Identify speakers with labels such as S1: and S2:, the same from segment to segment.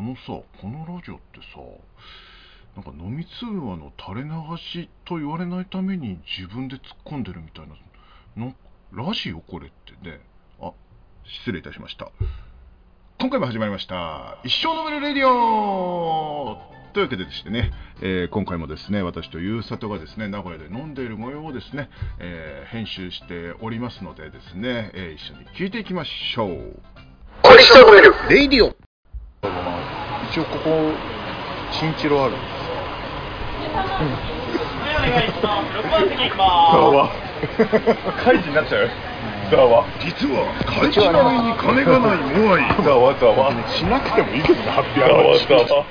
S1: のさこのラジオってさなんか飲み通話の垂れ流しと言われないために自分で突っ込んでるみたいなのラジオこれってねあ失礼いたしました今回も始まりました一生飲めるレディオというわけででしてね、えー今回もですね私とゆうさとがですね名古屋で飲んでいる模様をですね、えー編集しておりますのでですね、えー一緒に聞いていきましょう
S2: これ一生飲めるレイディオ
S1: 一応ここ新一郎あるんです
S3: お願いします。6番席行きま
S4: カイジになっちゃうざわ
S1: 実は会社並みに金がないモアイ
S4: ざわざわ
S5: しなくてもいいけどね、ハッピー
S4: ざ
S5: アワ
S4: わ
S5: ー
S4: ざ
S5: 中。
S4: わ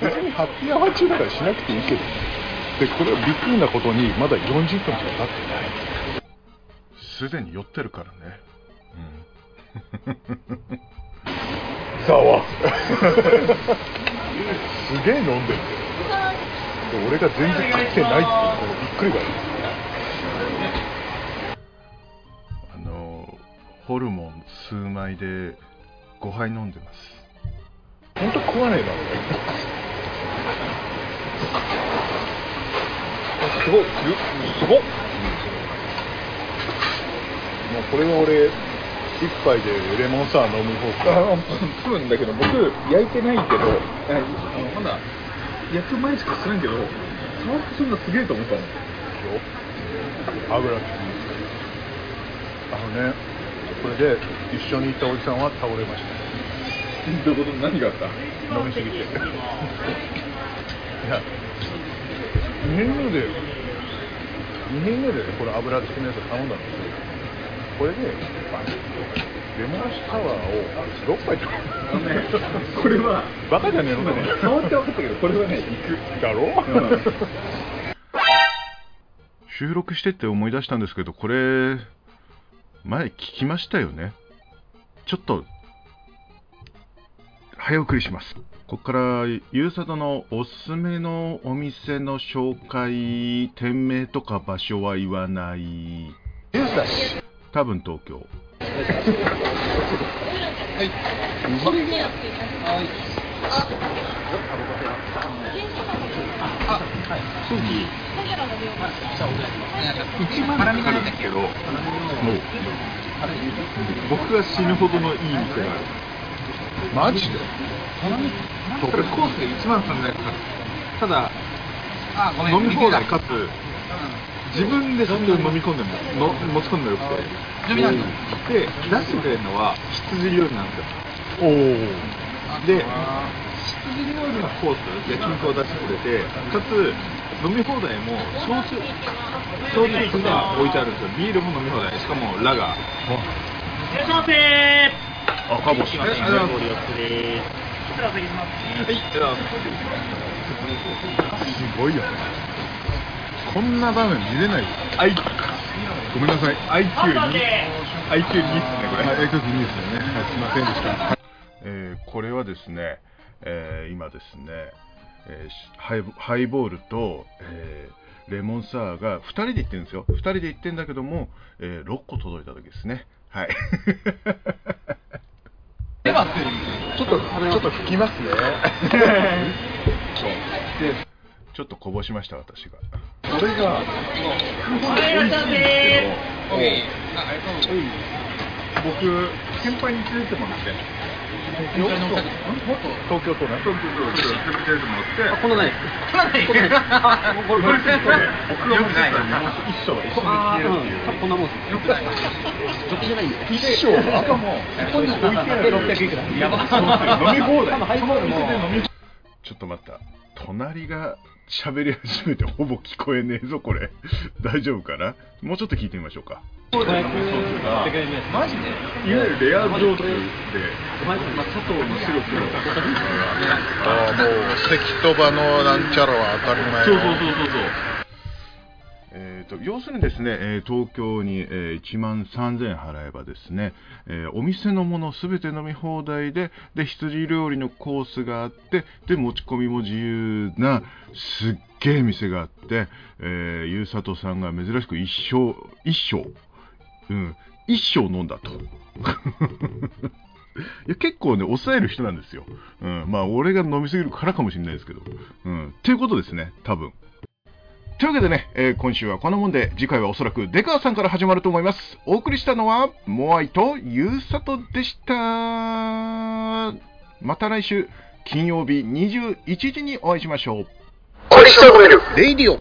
S5: 別にハッピーアワー中だからしなくていいけどね。で、これはびっくりなことに、まだ40分しか経ってない。
S1: すでに寄ってるからね、
S4: ざわ
S5: すげえ飲んでるんだよ。で、俺が全然食ってないっていう、このびっくりがある。
S1: あのホルモン数枚で5杯飲んでます
S5: 本当食わねえな、
S4: すごいすごっ
S5: 俺。もうこれは俺、一杯でレモンサワー飲む方
S4: あ
S5: か。
S4: の多分だけど僕焼いてないけどああのまだ焼く前しかしてないけど乾燥するのすげえと思ったの
S5: 油切りあのね、これで一緒にいたおじさんは倒れました。
S4: どういうこと何があった
S5: 飲みす ぎて。いや、2年目で、2年目でねこれ油付きのやつを頼んだんですよ。これで、あレモンサワーを6杯とか。
S4: これは
S5: バカじゃねえの
S4: 今ね触って分かったけどこれはね行く
S5: だろ、
S1: 収録してって思い出したんですけどこれ前聞きましたよねちょっと早送りしますここからゆうさとのおすすめのお店の紹介店名とか場所は言わない
S5: ジュースだし。
S1: 多分東京
S4: 一万かかるんですけど僕が死ぬほどのいい店がある
S5: マジで
S4: これコースで1万3000円かかるただ飲み放題かつ自分でそれを飲み込んでるのの持ち込んでるくてで出してくれるのは羊料理なんですよ
S5: おー
S4: で羊料理のコース焼肉を出してくれてかつ飲み放題も焼酎焼酎が置いてあるんですよビールも飲み放題しかもラガー
S3: す。いらっしゃいませ
S1: 赤星
S3: すいません、
S4: ありがとうご
S3: ご利用くです。失礼お席します。
S4: はいじゃあ
S5: すごいよね。こんな場面見れないよ。
S4: I-
S5: ごめんなさい。
S4: IQ2 IQ2 ですねこ
S5: はい、えっと、
S4: れ、
S5: いいですよね。はい、すいませんでした。
S1: えーこれはですね、えー今ですね、えーしハイボハイボールと、えーレモンサワーが2人で行ってるんですよ2人で行ってんだけども、え6個届いた時ですねはい
S5: ちょっと、ちょっと吹きますね。
S1: ちょっとこぼしました私が
S5: それが。
S3: はい、いらっしゃいませ
S4: 僕先輩に連れてもらって
S5: 東京都ね。
S4: 東京都ちょっと連れてもらって
S3: このない。このない。これ、これ、これ、
S4: 僕がよくない一生一緒に消えるっていう
S3: こんなもんです。よくない。どっちじゃないんだよ。
S5: 一生
S4: しかもここに置いてある
S3: 600いくら
S4: やばそう飲み放題
S3: 多分ハイボールも
S4: その店で飲み
S1: ちょっと待った隣が喋り始めてほぼ聞こえねえぞこれ大丈夫かなもうちょっと聞いてみましょうか
S4: 放題の味噌がい
S3: マジで
S4: わゆるレア状態で
S3: お前、まあ、佐藤の白く
S5: ああ、もう、関とばのなんちゃらは当たり前。
S4: そうそうそうそう
S1: えーと要するにですね、えー東京に、えー1万3000払えばですね、えーお店のものすべて飲み放題でで羊料理のコースがあってで持ち込みも自由なすっげえ店があって、えー、ゆうさとさんが珍しく一生一生、うん、一生飲んだといや結構ね、抑える人なんですよ。うん。まあ、俺が飲みすぎるからかもしれないですけど。うん。っていうことですね、多分。というわけでね、えー今週はこんなもんで、次回はおそらく出川さんから始まると思います。お送りしたのは、モアイとゆうさとでした。また来週、金曜日21時にお会いしましょう。
S2: コリスタグレルレイディオ